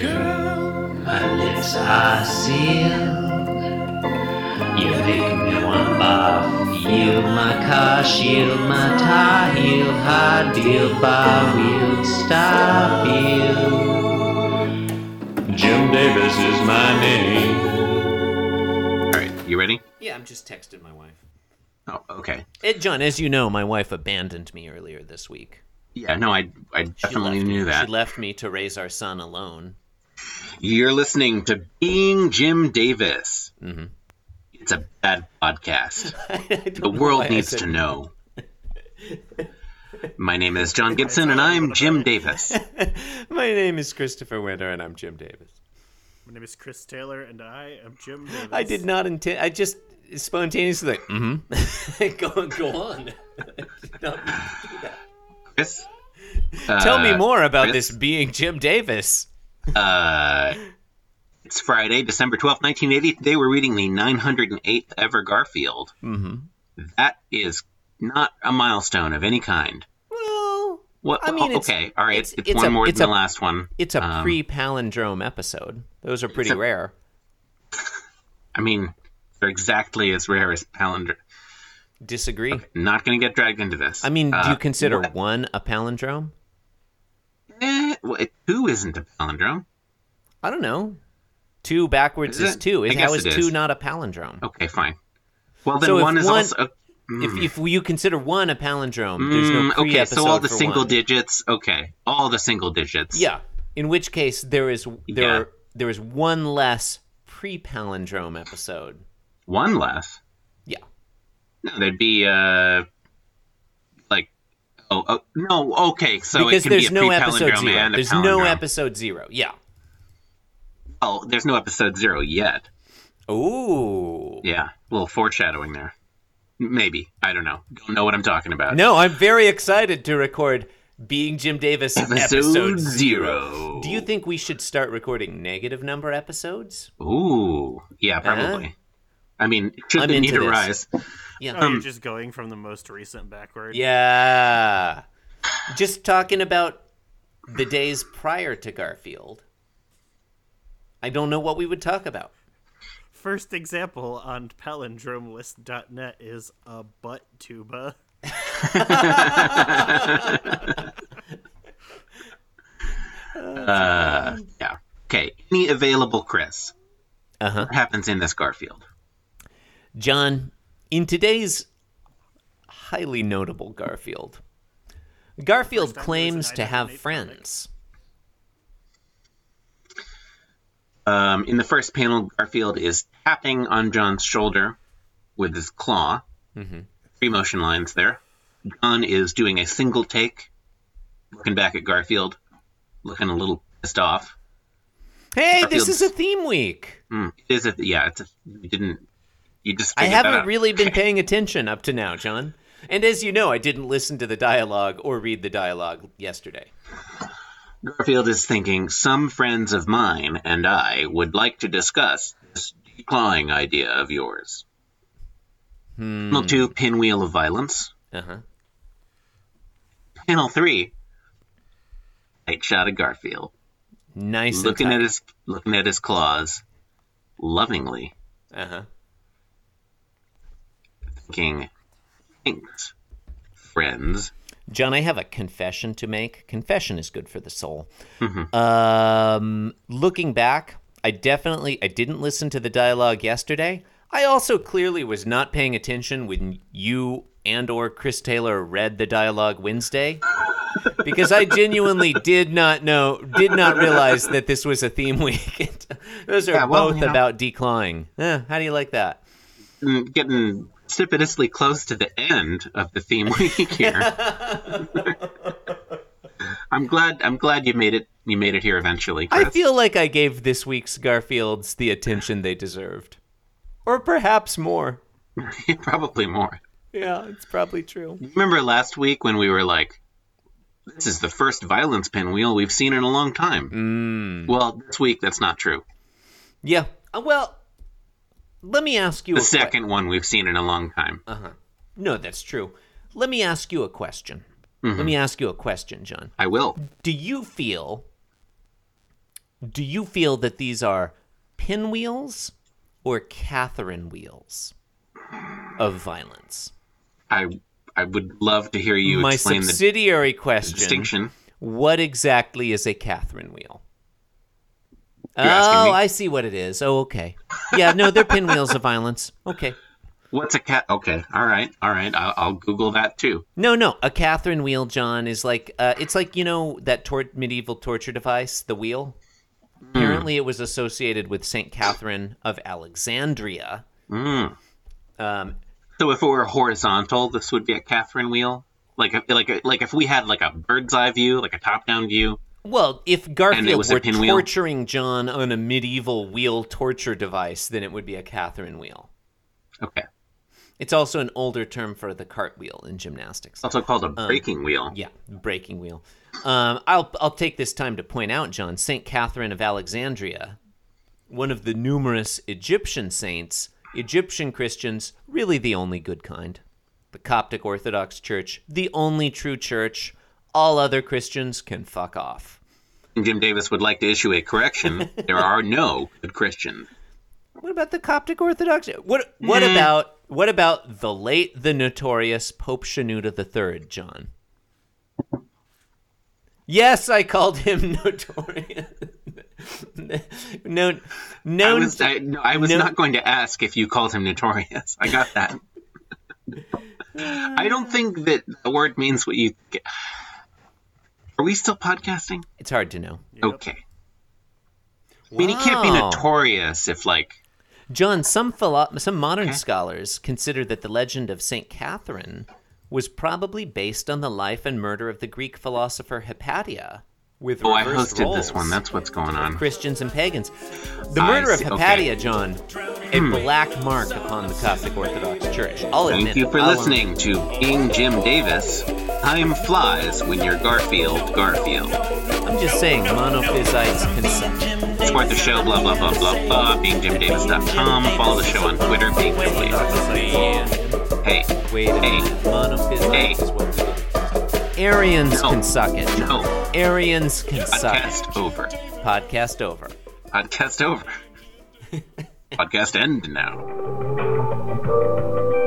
Girl, my lips are sealed. You make me want bath. Yield my car, shield my tie, heel, hard deal, bar wheel, stop heel. Jim Davis is my name. All right, you ready? Yeah, I'm just texting my wife. Oh, okay. Ed John, as you know, my wife abandoned me earlier this week. Yeah, no, I I She definitely left me- knew that. She left me to raise our son alone. You're listening to Being Jim Davis. Mhm. It's a bad podcast. I don't The know why world I needs said- to know. My name is John Gibson, and I'm Jim Davis. My name is Christopher Winter, and I'm Jim Davis. My name is Chris Taylor, and I am Jim Davis. I did not intend. I just spontaneously like, mm-hmm. go go on. Chris, Tell me Uh, more about Chris? this being Jim Davis. uh, it's Friday, December 12th, 1980. Today we're reading the 908th ever Garfield. Mm-hmm. That is not a milestone of any kind. Well, What? I mean, it's- okay, all right. it's- It's, it's one a- more it's than a- the last one. it's a Um, pre-palindrome episode. Those are pretty a- rare. I mean, they're exactly as rare as palindrome. Disagree. Not going to get dragged into this. I mean, do Uh, you consider what- one a palindrome? eh, well, it- two isn't a palindrome. I don't know. Two backwards Is is, it? two. I Is, guess how is it two is. Oh, not a palindrome? Okay, fine. Well, then So if one is one- also. Mm, If, if you consider one a palindrome, there's mm, no pre okay, so all the for single one. digits. Okay, all the single digits. Yeah. In which case there is there Yeah. there is one less pre palindrome episode. One less. Yeah. No, there'd be uh, like, oh, oh no, okay. So because Oh, it can there's be a no pre-palindrome episode zero. and a There's no palindrome. episode zero. Yeah. Oh, there's no episode zero yet. Ooh. Yeah, a little foreshadowing there. Maybe I don't know. Don't know what I'm talking about. No, I'm very excited to record being Jim Davis Episode episode, zero. Do you think we should start recording negative number episodes? Ooh, yeah, probably. I mean, should Uh-huh. I'm the need into this. arise, Yeah. Oh, you're just going from the most recent backward. yeah. Just talking about the days prior to Garfield. I don't know what we would talk about. First example on palindromelist.net is a butt tuba. uh, yeah. Okay, any available Chris? Uh huh. What happens in this Garfield? John, in today's highly notable Garfield, Garfield First time claims there was an to have 1908 friends. Um, in the first panel, Garfield is tapping on John's shoulder with his claw. Mm-hmm. Three motion lines there. John is doing a single take, looking back at Garfield, looking a little pissed off. Hey, this Garfield's- is a theme week. Mm, it is a yeah. It's a, you didn't. You just. Hmm. I figured that haven't out. really been paying attention up to now, John. And as you know, I didn't listen to the dialogue or read the dialogue yesterday. Garfield is thinking some friends of mine and I would like to discuss this declawing idea of yours. Hmm. Panel two, pinwheel of violence. Uh huh. Panel three, tight shot of Garfield, Nice. looking at his looking at his claws, lovingly Uh huh. thinking, thanks, friends. John, I have a confession to make. Confession is good for the soul. Mm-hmm. Um, looking back, I definitely I didn't listen to the dialogue yesterday. I also clearly was not paying attention when you and or Chris Taylor read the dialogue Wednesday because I genuinely did not know did not realize that this was a theme week. Those are Yeah, well, both you know. about declawing. Eh, how do you like that? Mm, Getting precipitously close to the end of the theme week here. I'm glad. I'm glad you made it. You made it here eventually. I Chris. feel like I gave this week's Garfields the attention they deserved. Or perhaps more. Probably more. Yeah, it's probably true. Remember last week when we were like, this is the first violence pinwheel we've seen in a long time? Mm. Well, this week that's not true. Yeah. Uh, Well, let me ask you The a que- second one we've seen in a long time. Uh-huh. No, that's true. Let me ask you a question. Mm-hmm. Let me ask you a question, John. I will. Do you feel Do you feel that these are pinwheels or Catherine wheels of violence? I I would love to hear you My explain the subsidiary question distinction. What exactly is a Catherine wheel? You're asking oh, me? I see what it is. Oh, okay. Yeah, no, they're pinwheels of violence. Okay. What's a cat? Okay, all right, all right. I'll, I'll Google that too. No, no, a Catherine wheel, John, is like uh, it's like you know that tor- medieval torture device, the wheel. Hmm. Apparently, it was associated with Saint Catherine of Alexandria. Hmm. Um, So if it were horizontal, this would be a Catherine wheel. Like if, like like if we had like a bird's eye view, like a top down view. well, if Garfield was a were pinwheel? torturing John on a medieval wheel torture device, then it would be a Catherine wheel. Okay. It's also an older term for the cartwheel in gymnastics. It's also called a breaking wheel. Um, Yeah, breaking wheel. Um, I'll I'll take this time to point out, John, Saint Catherine of Alexandria, one of the numerous Egyptian saints. Egyptian Christians, really the only good kind. The Coptic Orthodox Church, the only true church. All other Christians can fuck off. And Jim Davis would like to issue a correction. there are no good Christians. What about the Coptic Orthodox? What what Mm. about what about the late, the notorious Pope Shenouda III, John? Yes, I called him notorious. no, I no, was, I, no, I was No. not going to ask if you called him notorious. I got that. I don't think that the word means what you. think. Are we still podcasting? it's hard to know. Okay. I mean, he can't be Wow. notorious if like John, some philo- some modern scholars consider that the legend of Saint Catherine was probably based on the life and murder of the Greek philosopher Hypatia. With Oh, I reverse hosted this roles. one. That's what's going on. Christians and pagans. The I murder of see- Hmm. Hypatia, John, a black mark upon the Coptic Orthodox Church. I'll admit. Thank you it. for I'll own listening to Being Jim Davis. Time flies when you're Garfield, Garfield. it. I'm just saying, monophysites can. suck. Support the show, blah, blah, blah, blah, blah. BeingJimDavis.com. Follow the show on Twitter, Being Jim Davis. Hey, Wait a minute. Monophysites Hey. is what we do. Arians No. can suck it. No. Arians can suck it. podcast over. Podcast over. Podcast over. podcast end now.